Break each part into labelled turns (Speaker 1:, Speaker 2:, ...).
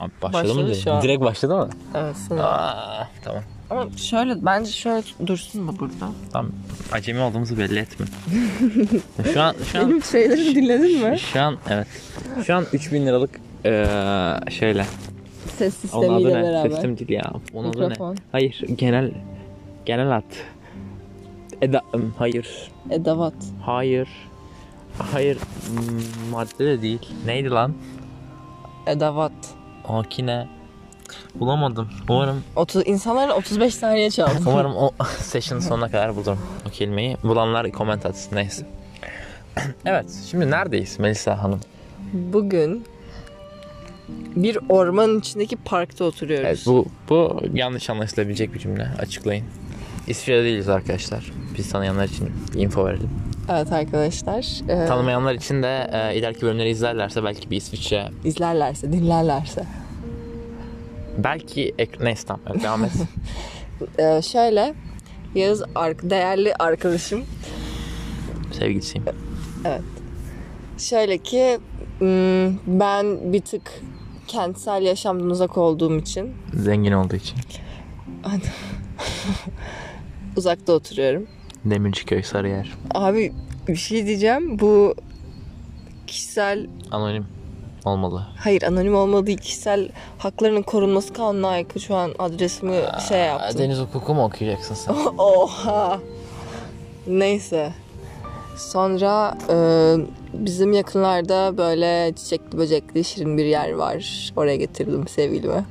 Speaker 1: Abi başladı mı?
Speaker 2: Başladı
Speaker 1: direkt?
Speaker 2: şu an.
Speaker 1: Direkt başladı mı?
Speaker 2: Evet sınır.
Speaker 1: Aa, tamam.
Speaker 2: Ama şöyle bence şöyle dursun mu burada?
Speaker 1: Tamam. Acemi olduğumuzu belli etme. şu an şu an
Speaker 2: şeyleri dinledin mi?
Speaker 1: şu an evet. Şu an 3000 liralık eee şeyle.
Speaker 2: Ses
Speaker 1: Onun adı
Speaker 2: sistemiyle
Speaker 1: ne?
Speaker 2: beraber.
Speaker 1: Sistem değil ya. Onun adı
Speaker 2: Mikrofon.
Speaker 1: ne? Hayır, genel genel at. Eda ım, hayır.
Speaker 2: Edavat.
Speaker 1: Hayır. Hayır. m- Madde de değil. Neydi lan?
Speaker 2: Edavat.
Speaker 1: Makine. Bulamadım. Umarım
Speaker 2: 30, insanlar 35 saniye çaldı.
Speaker 1: Umarım o session sonuna kadar bulurum o kelimeyi. Bulanlar koment atsın neyse. Evet şimdi neredeyiz Melisa Hanım?
Speaker 2: Bugün bir ormanın içindeki parkta oturuyoruz.
Speaker 1: Evet bu, bu yanlış anlaşılabilecek bir cümle açıklayın. İsviçre'de değiliz arkadaşlar. Biz tanıyanlar için info verelim.
Speaker 2: Evet arkadaşlar. e,
Speaker 1: Tanımayanlar için de e, ileriki bölümleri izlerlerse belki bir İsviçre
Speaker 2: izlerlerse, dinlerlerse.
Speaker 1: belki ek, neyse tamam evet, devam et.
Speaker 2: E, şöyle Yağız ar- değerli arkadaşım
Speaker 1: Sevgilisiyim.
Speaker 2: Şöyle ki m, ben bir tık kentsel yaşamdan uzak olduğum için
Speaker 1: Zengin olduğu için.
Speaker 2: uzakta oturuyorum.
Speaker 1: Demirciköy Sarıyer.
Speaker 2: Abi bir şey diyeceğim bu kişisel
Speaker 1: Anonim olmalı.
Speaker 2: hayır anonim olmadığı kişisel haklarının korunması kanuna aykırı şu an adresimi şey
Speaker 1: Aa,
Speaker 2: yaptım.
Speaker 1: Deniz hukuku mu okuyacaksın sen?
Speaker 2: Oha. Neyse. Sonra e, bizim yakınlarda böyle çiçekli böcekli şirin bir yer var. Oraya getirdim sevgilimi.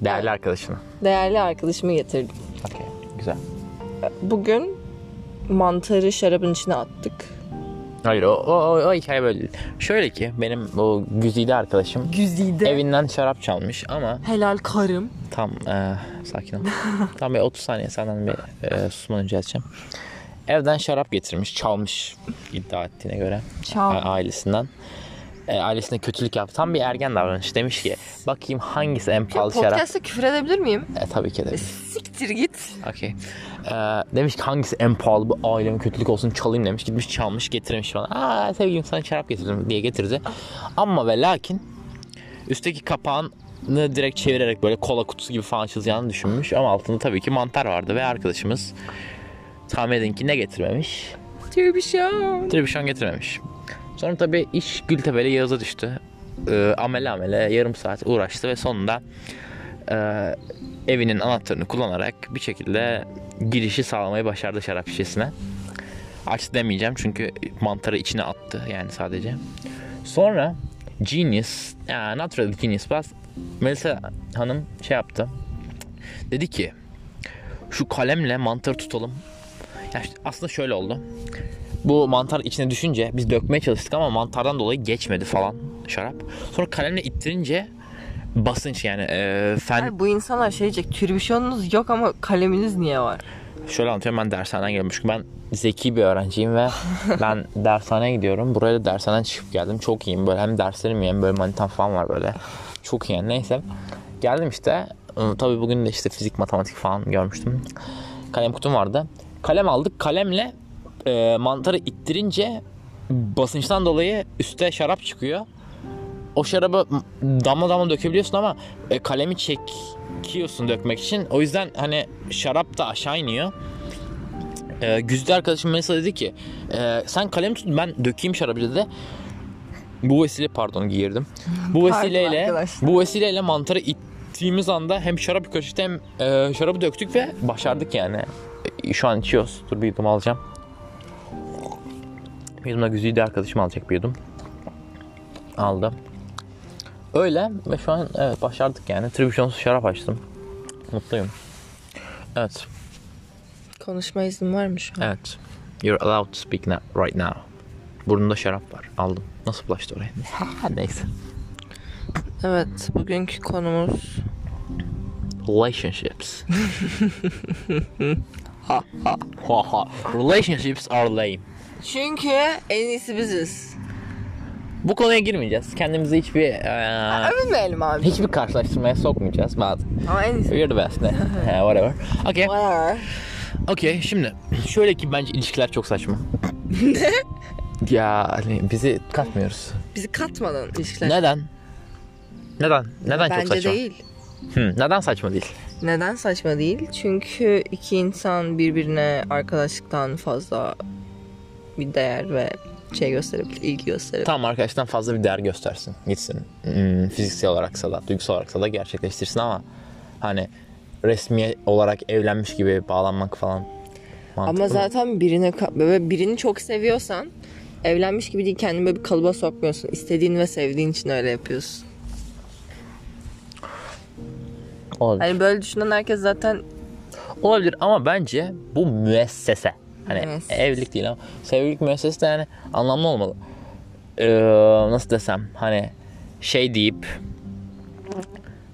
Speaker 1: Değerli arkadaşına.
Speaker 2: Değerli arkadaşımı getirdim.
Speaker 1: Okey güzel.
Speaker 2: Bugün mantarı şarabın içine attık.
Speaker 1: Hayır o, o, o, o hikaye böyle değil. Şöyle ki benim o güzide arkadaşım
Speaker 2: Güzide.
Speaker 1: evinden şarap çalmış ama
Speaker 2: Helal karım.
Speaker 1: tam e, sakin ol. tam bir 30 saniye senden bir e, susmanı rica edeceğim. Evden şarap getirmiş, çalmış iddia ettiğine göre a-
Speaker 2: Çal.
Speaker 1: ailesinden. E, ailesine kötülük yaptı. Tam bir ergen davranış. Demiş ki bakayım hangisi en pahalı şarap.
Speaker 2: Podcast'ta küfür edebilir miyim?
Speaker 1: E, tabii ki de.
Speaker 2: Siktir git.
Speaker 1: Okey. Ee, demiş ki hangisi en pahalı bu aileme kötülük olsun çalayım demiş. Gitmiş çalmış getirmiş bana. Aa sevgilim sana şarap getirdim diye getirdi. Ama ve lakin üstteki kapağını direkt çevirerek böyle kola kutusu gibi falan çizeceğini düşünmüş. Ama altında tabii ki mantar vardı ve arkadaşımız tahmin edin ki ne getirmemiş?
Speaker 2: Tübüşan.
Speaker 1: Tribüşon getirmemiş. Sonra tabii iş Gültepe'yle Yağız'a düştü. Ee, amele amele yarım saat uğraştı ve sonunda e, evinin anahtarını kullanarak bir şekilde girişi sağlamayı başardı şarap şişesine. Aç demeyeceğim çünkü mantarı içine attı yani sadece. Sonra Genius, yani not really Genius Bas, Melisa Hanım şey yaptı. Dedi ki şu kalemle mantarı tutalım. Ya işte aslında şöyle oldu. Bu mantar içine düşünce biz dökmeye çalıştık ama mantardan dolayı geçmedi falan şarap. Sonra kalemle ittirince basınç yani e, fen
Speaker 2: bu insanlar şey diyecek. Türbüşonunuz yok ama kaleminiz niye var?
Speaker 1: Şöyle anlatıyorum ben dershaneden geldim çünkü ben zeki bir öğrenciyim ve ben dershaneye gidiyorum. Buraya da dershaneden çıkıp geldim. Çok iyiyim böyle hem derslerim iyi hem böyle manitam falan var böyle. Çok iyi yani neyse. Geldim işte. Ee, Tabii bugün de işte fizik matematik falan görmüştüm. Kalem kutum vardı. Kalem aldık. Kalemle e, mantarı ittirince basınçtan dolayı üste şarap çıkıyor. O şarabı damla damla dökebiliyorsun ama e, kalemi çekiyorsun dökmek için. O yüzden hani şarap da aşağı iniyor. E, Güzide arkadaşım Melisa dedi ki e, sen kalemi tut ben dökeyim şarabı dedi. Bu vesile pardon giyirdim. Bu
Speaker 2: Pardon
Speaker 1: vesileyle
Speaker 2: arkadaşlar.
Speaker 1: bu vesileyle mantarı ittiğimiz anda hem şarap kaşıktı hem e, şarabı döktük ve başardık yani. E, şu an içiyoruz. Dur bir yudum alacağım. Bir yudum da Güzide arkadaşım alacak bir yudum. Aldım. Öyle ve şu an evet başardık yani. Tribüşonsuz şarap açtım. Mutluyum. Evet.
Speaker 2: Konuşma izin var mı şu an?
Speaker 1: Evet. You're allowed to speak now, right now. Burnunda şarap var. Aldım. Nasıl bulaştı oraya? Neyse.
Speaker 2: Evet. Bugünkü konumuz
Speaker 1: Relationships. ha ha. Relationships are lame.
Speaker 2: çünkü en iyisi biziz.
Speaker 1: Bu konuya girmeyeceğiz. Kendimizi hiçbir eee,
Speaker 2: Övünmeyelim abi.
Speaker 1: hiçbir karşılaştırmaya sokmayacağız. But
Speaker 2: Ama en iyisi.
Speaker 1: we're the best. Ne? He, whatever. Okay.
Speaker 2: Var.
Speaker 1: Okey şimdi şöyle ki bence ilişkiler çok saçma. Ya hani bizi katmıyoruz.
Speaker 2: Bizi katmadan ilişkiler.
Speaker 1: Neden? Neden? Neden çok
Speaker 2: Bence
Speaker 1: saçma?
Speaker 2: değil.
Speaker 1: Hı, neden saçma değil?
Speaker 2: Neden saçma değil? Çünkü iki insan birbirine arkadaşlıktan fazla bir değer ve şey gösterip ilgi gösterip
Speaker 1: Tamam arkadaştan fazla bir değer göstersin. Gitsin. Hmm, fiziksel olaraksa da, duygusal olaraksa da gerçekleştirsin ama hani resmi olarak evlenmiş gibi bağlanmak falan mantıklı mı?
Speaker 2: Ama zaten birine ka- böyle birini çok seviyorsan evlenmiş gibi değil kendini böyle bir kalıba sokmuyorsun. İstediğin ve sevdiğin için öyle yapıyorsun.
Speaker 1: Olabilir.
Speaker 2: Hani böyle düşünen herkes zaten
Speaker 1: Olabilir ama bence bu müessese. Hani
Speaker 2: Müessese.
Speaker 1: evlilik değil ama sevgililik müessesesi de yani anlamlı olmalı. Ee, nasıl desem hani şey deyip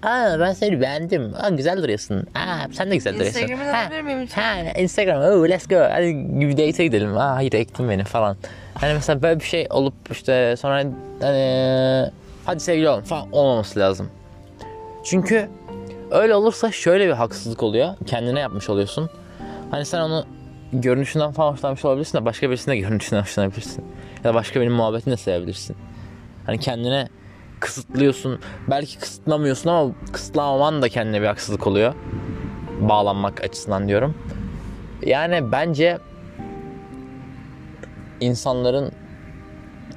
Speaker 1: Aa ben seni beğendim. Aa güzel duruyorsun. Aa sen de güzel duruyorsun.
Speaker 2: Instagram'ını
Speaker 1: Ha,
Speaker 2: alabilir miyim lütfen?
Speaker 1: Ha Instagram. Oh, let's go. Hadi bir date'e gidelim. Ah, Aa hayır ektin beni falan. Hani mesela böyle bir şey olup işte sonra hani hadi sevgili olalım falan olmaması lazım. Çünkü öyle olursa şöyle bir haksızlık oluyor. Kendine yapmış oluyorsun. Hani sen onu görünüşünden falan hoşlanmış olabilirsin de başka birisinin de görünüşünden hoşlanabilirsin. Ya da başka birinin muhabbetini de sevebilirsin. Hani kendine kısıtlıyorsun. Belki kısıtlamıyorsun ama kısıtlamaman da kendine bir haksızlık oluyor. Bağlanmak açısından diyorum. Yani bence insanların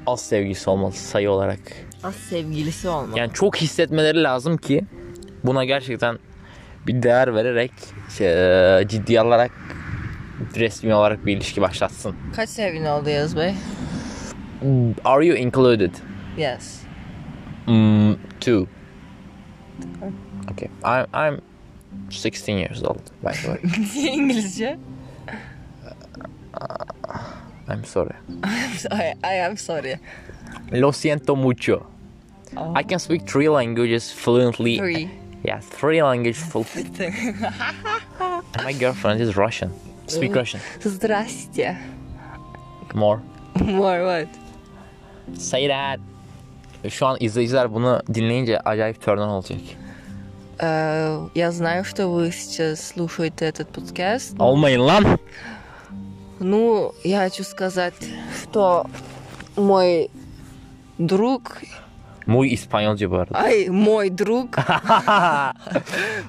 Speaker 1: az sevgisi olmalı sayı olarak.
Speaker 2: az sevgilisi olma.
Speaker 1: Yani çok hissetmeleri lazım ki buna gerçekten bir değer vererek şey, ciddi alarak resmi olarak bir ilişki başlatsın.
Speaker 2: Kaç sevgilin oldu Yağız Bey?
Speaker 1: Are you included?
Speaker 2: Yes.
Speaker 1: Mm, two. Okay. I'm I'm 16 years old by the way.
Speaker 2: İngilizce.
Speaker 1: I'm sorry.
Speaker 2: I, I am sorry.
Speaker 1: Lo siento mucho.
Speaker 2: Oh.
Speaker 1: I can speak three languages fluently.
Speaker 2: Three.
Speaker 1: Yes, three languages fluently. And my girlfriend is Russian. Speak Russian.
Speaker 2: Здрасте.
Speaker 1: More.
Speaker 2: More what?
Speaker 1: Say that. E, Şu an izleyiciler bunu dinleyince acayip turn on olacak.
Speaker 2: Э, Я знаю, что вы сейчас слушаете этот подкаст.
Speaker 1: Olmayın lan.
Speaker 2: Ну, я хочу сказать, что мой друг,
Speaker 1: Muy İspanyolca bu arada.
Speaker 2: ай, мой друг,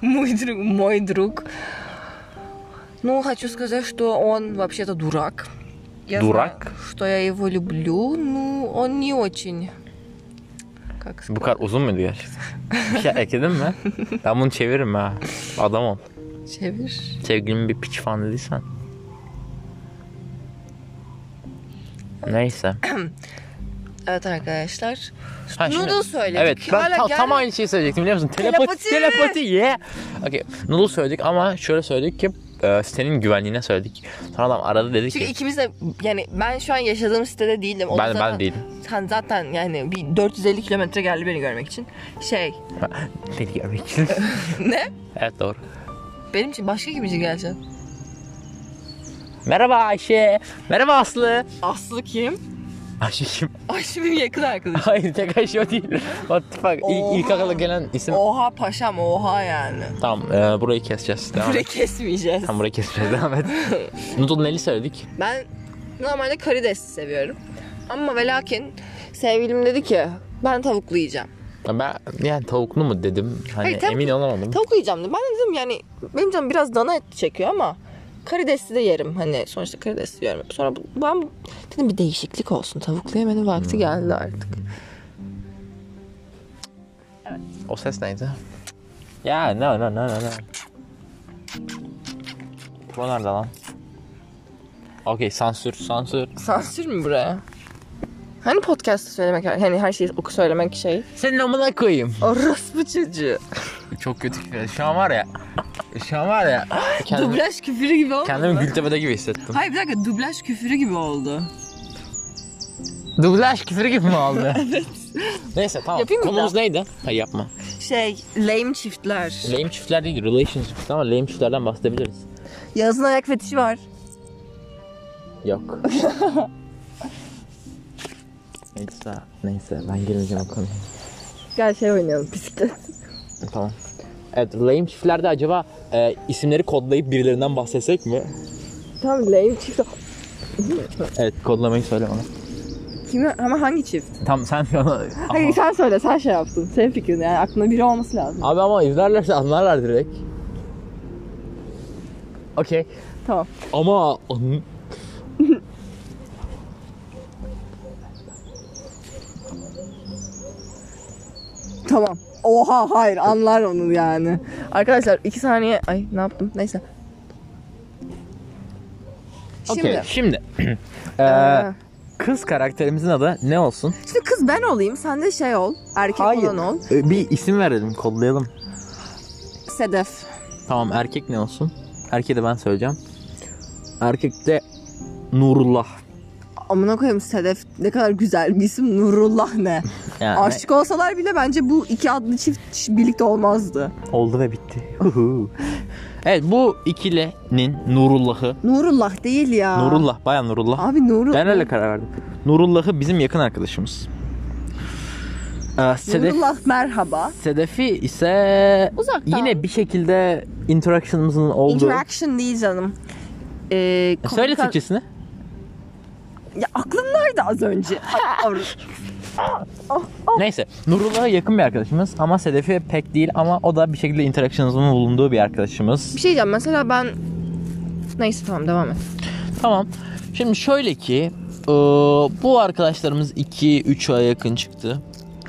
Speaker 2: мой друг, мой друг. Ну, хочу сказать, что он вообще-то дурак. Я знаю,
Speaker 1: Дурак?
Speaker 2: что я его люблю, ну, он не очень. Как
Speaker 1: Bu
Speaker 2: сказать?
Speaker 1: kadar uzun muydu gerçekten? Bir şey ekledin mi? Ben bunu çeviririm ha. Adam ol.
Speaker 2: Чевиш?
Speaker 1: Sevgilimin bir piç falan dediysen. Neyse.
Speaker 2: Evet arkadaşlar.
Speaker 1: Ha, şimdi-
Speaker 2: Noodle söyledik.
Speaker 1: Evet ben
Speaker 2: Hala
Speaker 1: ta-
Speaker 2: gel-
Speaker 1: tam aynı şeyi söyleyecektim biliyor musun? Telepati.
Speaker 2: Telepati.
Speaker 1: Telepati. yeah. Okay. Noodle söyledik ama şöyle söyledik ki e, sitenin güvenliğine söyledik. Sonra adam aradı dedi
Speaker 2: Çünkü
Speaker 1: ki
Speaker 2: ikimiz de yani ben şu an yaşadığım sitede değildim. O da
Speaker 1: ben
Speaker 2: zaten-
Speaker 1: ben değilim.
Speaker 2: Sen zaten yani bir 450 kilometre geldi beni görmek için. Şey
Speaker 1: Beni görmek için.
Speaker 2: ne?
Speaker 1: evet doğru.
Speaker 2: Benim için başka kim için gelecek?
Speaker 1: Merhaba Ayşe. Merhaba Aslı.
Speaker 2: Aslı kim?
Speaker 1: Ayşe kim?
Speaker 2: Ayşe benim yakın arkadaşım.
Speaker 1: Hayır tek Ayşe o değil. What the fuck? İlk, ilk
Speaker 2: Oha.
Speaker 1: akla gelen isim.
Speaker 2: Oha paşam oha yani.
Speaker 1: Tamam e, burayı keseceğiz. Devam
Speaker 2: Burayı
Speaker 1: et.
Speaker 2: kesmeyeceğiz.
Speaker 1: Tamam burayı keseceğiz. Devam et. Noodle neli söyledik?
Speaker 2: Ben normalde karidesli seviyorum. Ama ve lakin sevgilim dedi ki ben tavuklu yiyeceğim.
Speaker 1: Ben yani tavuklu mu dedim. Hani
Speaker 2: Hayır, tavuk-
Speaker 1: emin olamadım.
Speaker 2: Tavuk yiyeceğim dedi. Ben de dedim yani benim canım biraz dana eti çekiyor ama karidesli de yerim. Hani sonuçta karidesli yiyorum. Sonra bu- ben dedim bir değişiklik olsun. Tavuklu yemenin vakti geldi artık.
Speaker 1: O ses neydi? Ya no no no no no. Bu nerede lan? Okey sansür sansür.
Speaker 2: Sansür mü buraya? Hani podcast'ta söylemek, hani her şeyi oku söylemek şey.
Speaker 1: Senin amına koyayım.
Speaker 2: Orospu çocuğu.
Speaker 1: Çok kötü küfür. Şu an var ya. Şu an var ya. Kendimi,
Speaker 2: Dublaj küfürü gibi oldu.
Speaker 1: kendimi Gültepe'de gibi hissettim.
Speaker 2: Hayır bir dakika dublaj küfürü gibi oldu.
Speaker 1: Dublaj küfürü gibi mi oldu? Neyse tamam.
Speaker 2: Yapayım mı
Speaker 1: Konumuz neydi? Hayır yapma.
Speaker 2: Şey, lame çiftler.
Speaker 1: Lame çiftler değil, relationship ama lame çiftlerden bahsedebiliriz.
Speaker 2: Yazın ayak fetişi var.
Speaker 1: Yok. neyse, neyse ben girmeyeceğim o konuya.
Speaker 2: Gel şey oynayalım bisiklet.
Speaker 1: Tamam. Evet, lame çiftlerde acaba e, isimleri kodlayıp birilerinden bahsetsek mi?
Speaker 2: Tam lame çift.
Speaker 1: Evet, kodlamayı söyle bana.
Speaker 2: Kimi ama hangi çift?
Speaker 1: Tam sen bana...
Speaker 2: Hayır sen söyle sen şey yapsın. Senin fikrin yani aklında biri olması lazım.
Speaker 1: Abi ama izlerlerse anlarlar direkt. Okey.
Speaker 2: Tamam.
Speaker 1: Ama...
Speaker 2: Tamam. Oha hayır anlar onu yani. Arkadaşlar iki saniye ay ne yaptım neyse. Şimdi,
Speaker 1: Okey, şimdi. Ee,
Speaker 2: Ee.
Speaker 1: kız karakterimizin adı ne olsun?
Speaker 2: şimdi kız ben olayım sen de şey ol erkek olan ol.
Speaker 1: Ee, Bir isim verelim, kodlayalım.
Speaker 2: Sedef.
Speaker 1: Tamam, erkek ne olsun? Erkeği de ben söyleyeceğim. Erkekte Nurullah.
Speaker 2: Amına koyayım Sedef ne kadar güzel bir isim Nurullah ne.
Speaker 1: Yani
Speaker 2: Aşık olsalar bile bence bu iki adlı çift birlikte olmazdı.
Speaker 1: oldu ve bitti. Huhu. evet, bu ikilinin Nurullah'ı.
Speaker 2: Nurullah değil ya.
Speaker 1: Nurullah, bayan Nurullah.
Speaker 2: Abi Nurullah.
Speaker 1: Ben öyle karar verdim. Nurullah'ı bizim yakın arkadaşımız. Ee, Sedef,
Speaker 2: Nurullah merhaba.
Speaker 1: Sedef'i ise
Speaker 2: Uzaktan.
Speaker 1: yine bir şekilde interaction'ımızın olduğu.
Speaker 2: Interaction değil canım. Ee,
Speaker 1: E, Söyle
Speaker 2: komünika-
Speaker 1: Türkçesini.
Speaker 2: Ya aklımdaydı az önce. Ay, yavrum.
Speaker 1: Neyse. Nurullah'a yakın bir arkadaşımız ama Sedef'i pek değil ama o da bir şekilde interaction'ımızın bulunduğu bir arkadaşımız.
Speaker 2: bir şey diyeceğim mesela ben... Neyse tamam devam et.
Speaker 1: Tamam. Şimdi şöyle ki e, bu arkadaşlarımız 2-3 aya yakın çıktı.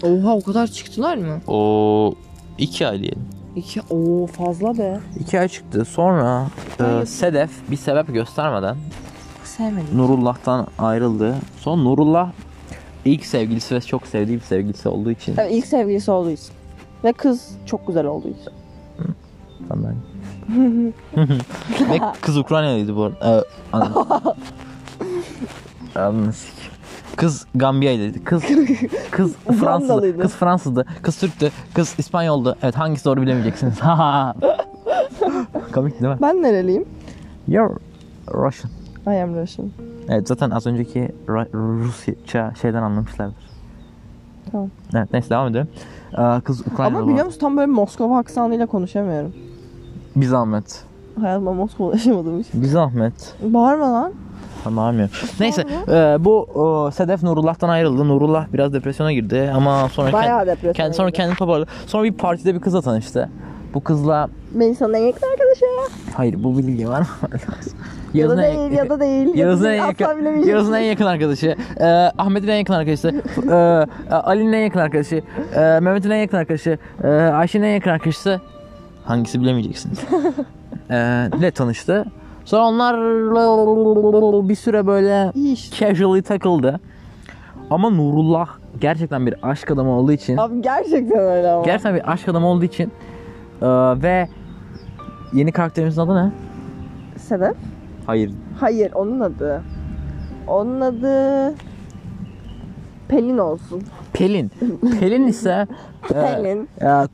Speaker 2: Oha o kadar çıktılar mı?
Speaker 1: O 2 ay diyelim.
Speaker 2: İki, oo fazla be.
Speaker 1: 2 ay çıktı. Sonra e, Sedef bir sebep göstermeden
Speaker 2: Sevmedim.
Speaker 1: Nurullah'tan ayrıldı. Son Nurullah ilk sevgilisi ve çok sevdiği bir sevgilisi olduğu için
Speaker 2: Evet, ilk sevgilisi olduğu için. Ve kız çok güzel olduğu için.
Speaker 1: ben. ve kız Ukraynalıydı bu arada. Ee, anladım. Anladım. Kız Gambiya'ydı. Kız kız Fransız.
Speaker 2: Ugandalıydı.
Speaker 1: Kız Fransızdı. Kız Türktü. Kız İspanyoldu. Evet hangisi doğru bilemeyeceksiniz. Komik değil mi?
Speaker 2: Ben nereliyim?
Speaker 1: You're Russian.
Speaker 2: I am Russian.
Speaker 1: Evet zaten az önceki Ra- Rusça şeyden anlamışlardır.
Speaker 2: Tamam.
Speaker 1: Evet neyse devam edelim. Ee, kız Ukraynalı.
Speaker 2: Ama biliyor musun tam böyle Moskova aksanıyla konuşamıyorum.
Speaker 1: Bir zahmet.
Speaker 2: Hayatıma Moskova'da yaşamadım hiç.
Speaker 1: Bir zahmet.
Speaker 2: Bağırma lan.
Speaker 1: Tamam ya. Neyse e, bu e, Sedef Nurullah'tan ayrıldı. Nurullah biraz depresyona girdi ama sonra kend-
Speaker 2: Bayağı depresyona
Speaker 1: kend- sonra
Speaker 2: girdi.
Speaker 1: kendini toparladı. Sonra bir partide bir kızla tanıştı. Bu kızla
Speaker 2: Beni sana en yakın arkadaşı ya.
Speaker 1: hayır bu bilgi var mı?
Speaker 2: Ya da değil, ya da değil. ya da
Speaker 1: Yağız'ın en
Speaker 2: değil. Asla
Speaker 1: yakın,
Speaker 2: bilemeyeceğim.
Speaker 1: Yağız'ın en yakın arkadaşı, e, Ahmet'in en yakın arkadaşı, e, e, Ali'nin en yakın arkadaşı, e, Mehmet'in en yakın arkadaşı, e, Ayşe'nin en yakın arkadaşı. Hangisi bilemeyeceksiniz. e, ile tanıştı. Sonra onlarla bir süre böyle
Speaker 2: İyi işte.
Speaker 1: casually takıldı. Ama Nurullah gerçekten bir aşk adamı olduğu için
Speaker 2: Abi gerçekten öyle ama.
Speaker 1: gerçekten bir aşk adamı olduğu için e, ve yeni karakterimizin adı ne?
Speaker 2: Sebep?
Speaker 1: Hayır.
Speaker 2: Hayır onun adı. Onun adı... Pelin olsun.
Speaker 1: Pelin. Pelin ise e,
Speaker 2: Pelin.
Speaker 1: Ya,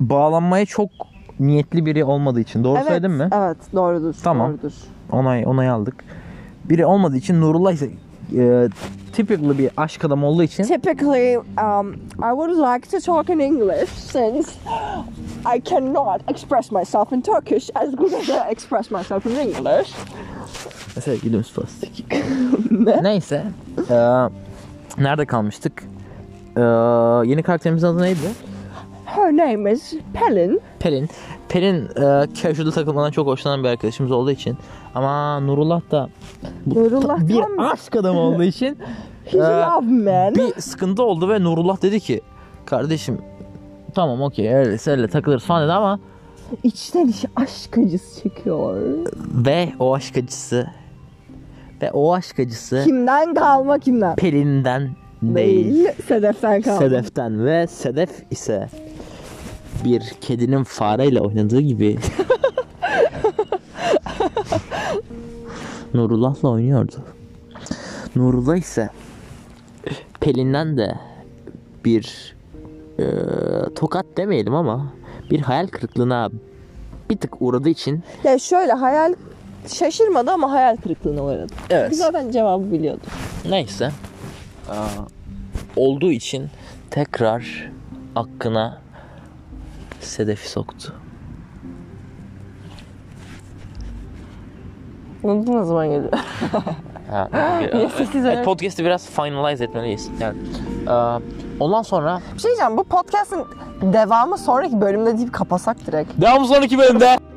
Speaker 1: bağlanmaya çok niyetli biri olmadığı için. Doğru söyledim mi?
Speaker 2: Evet doğrudur.
Speaker 1: Tamam.
Speaker 2: Doğrudur.
Speaker 1: Onay onay aldık. Biri olmadığı için Nurullah ise e, typical bir aşk adamı olduğu için
Speaker 2: Typically um, I would like to talk in English since I cannot express myself in Turkish as good as I express myself in English.
Speaker 1: mesela gülümüz plastik. Neyse. e, nerede kalmıştık? E, yeni karakterimizin adı neydi?
Speaker 2: Her name is Pelin.
Speaker 1: Pelin. Pelin e, casual takılmadan çok hoşlanan bir arkadaşımız olduğu için ama Nurullah da bu-
Speaker 2: Nurullah
Speaker 1: bir
Speaker 2: tam-
Speaker 1: aşk adamı olduğu için
Speaker 2: He's
Speaker 1: e,
Speaker 2: a love man.
Speaker 1: bir sıkıntı oldu ve Nurullah dedi ki kardeşim tamam okey öyle öyle takılırız falan dedi ama
Speaker 2: İçten içe aşk acısı çekiyor.
Speaker 1: ve o aşk acısı ve o aşk acısı
Speaker 2: Kimden kalma kimden?
Speaker 1: Pelin'den değil,
Speaker 2: Değil. Sedef'ten kalma.
Speaker 1: Sedef'ten ve Sedef ise bir kedinin fareyle oynadığı gibi Nurullah'la oynuyordu. Nurullah ise Pelin'den de bir e, tokat demeyelim ama bir hayal kırıklığına bir tık uğradığı için
Speaker 2: Ya şöyle hayal şaşırmadı ama hayal kırıklığına uğradı.
Speaker 1: Evet.
Speaker 2: Biz zaten cevabı biliyorduk.
Speaker 1: neyse e, olduğu için tekrar aklına Sedef'i soktu.
Speaker 2: Unuttum ne zaman geliyor.
Speaker 1: Ha, e,
Speaker 2: sekiz öyle.
Speaker 1: Podcast'ı biraz finalize etmeliyiz. Yani, e, ondan sonra
Speaker 2: Bir şey diyeceğim bu podcast'ın devamı sonraki bölümde deyip kapasak direkt.
Speaker 1: devamı sonraki bölümde.